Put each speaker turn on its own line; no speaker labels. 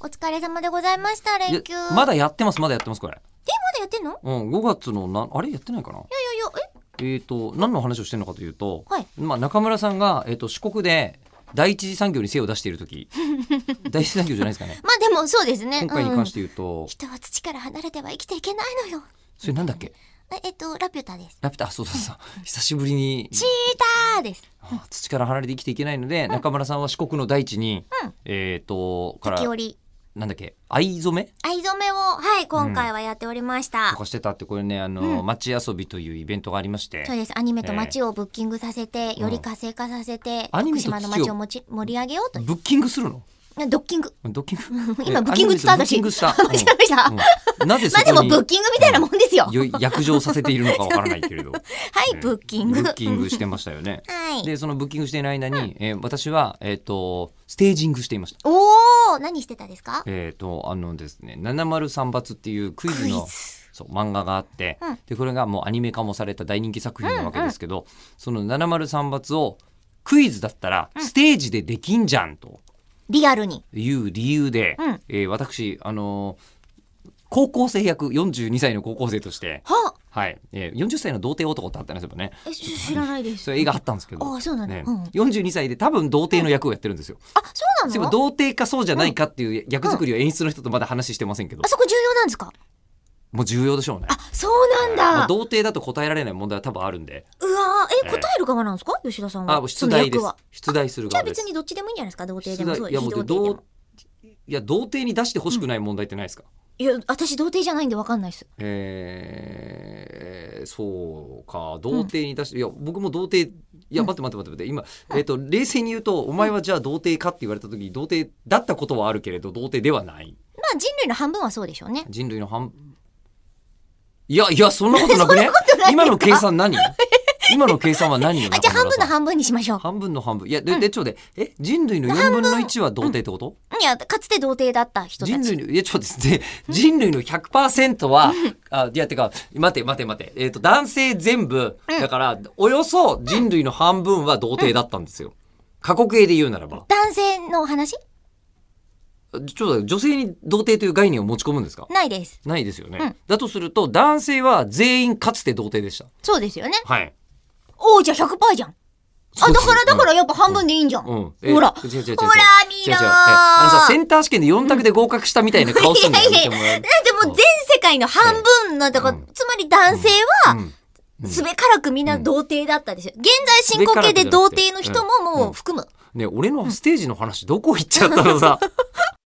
お疲れ様でございました、連休。
いやまだやってますまだやってますこれ
まだやってんのいや
うん5月のなあれやってないかない
やいや、え
えっ、と何の話をしてるのかというと、
はい
まあ、中村さんが、えー、と四国で第一次産業に精を出してい る時第一次産業じゃないですかね
まあでもそうですね。、
今回に関してて言うと、
人は土から離れては生きていけないのよ。
それなんだっけ
ええっと、ラピュタです。
ラピュタあそうそうそう久しぶりに
チーターです。
あ土から離れて生きていけないので、中村さんは四国の大地に、
うん
えっ、とから
時折。
なんだっけ藍染め
藍染めを、はい、今回はやっておりました。
とかしてたってこれねあの、
うん
街遊びというイベントがありまして
そうです。アニメと街をブッキングさせて、
え
より活性化させて、
アニ
徳
メと
島の
土を
街をもち盛り上げようという
ブッキングするの
ドッキング。
ドッキング
今、ブッキングした
アニメ とブッキ
私。
ングした
間違えました。ま
うんなぜそ
あで
こ
も、
に
ブッキングみたいなもんですよ。は
よい約定させているのかわからないけれ ど
い、ブッキング。
うんブッキングしてましたよね
はい。
でそのブッキングしている間に、えー私は、えー、とステージングしていました
おー、何してたですか
えっ、とあのですね「703罰」っていうクイズ
クイズ
の。そう漫画があって、
うん
でこれがもうアニメ化もされた大人気作品なわけですけど、その703罰をクイズだったらステージでできんじゃんと
リアルに。
いう理由で、
うん
えー私あのー高校生役42歳の高校生として、
は
はいえー、40歳の童貞男とあったんですよね
え、し知らないです。
そういう映画あったんですけど、
あそうなんだ
ね
うん
42歳で多分童貞の役をやってるんですよ、
あ、そう
で
な
も
の
童貞かそうじゃないかっていう役作りを演出の人とまだ話してませんけど
あ、そこ重要なんですか
もう重要でしょうね
あ、そう
ま
な
あ
んだ。
童貞だと答えられない問題は多分あるんで
うわー
え
え、
え
答える側なんですか吉田さんは
あ。出題で
その役は
す出題する
じゃあ
側で
別
す
にどっちでもいいんじゃないですか童貞でも
出題
そう
いや
非
僕
童貞で
童
も。
いや童貞に出してほしくない問題ってないですか、
いや、私童貞じゃないんでわかんないです。
えーそうか童貞に出して、いや僕も童貞いや待って待って待って待って今、えっと冷静に言うとお前はじゃあ童貞かって言われた時に童貞だったことはあるけれど童貞ではない
まあ人類の半分はそうでしょうね。
人類の半いやいやそんなことなくね今の計算 何今の計算は何よ
あ、じゃあ
中
半分
村さ
の
ん
半分にしましょう。
半分の半分いやで、でちょっと待ってえ人類の4分の1は童貞ってこと、
いや、かつて童貞だった人た
人
ち。
類のいやちょっと待って人類の100%は あいやてか待て待て待てえっ、と男性全部だからおよそ人類の半分は童貞だったんですよ過去形で言うならば
男性のお話
ちょっと待って女性に童貞という概念を持ち込むんですか
ないです。
ないですよね、
うん
だとすると男性は全員かつて童貞でした
そうですよね。
はい
おお、じゃあ100%じゃん。あ、だからだからやっぱ半分でいいんじゃん。
うん、え
ほら。
違う違う違う違う
ほら見ろー
違う違うえあのさセンター試験で4択で合格したみたいな顔すんのよ
いやいや
見てもら う
だってもう全世界の半分のとこ、
うん
つまり男性
う
は、
ん
すべからくみんな童貞だったですよ。現在進行形で童貞の人ももう含む。
ね俺のステージの話どこ行っちゃったのさ、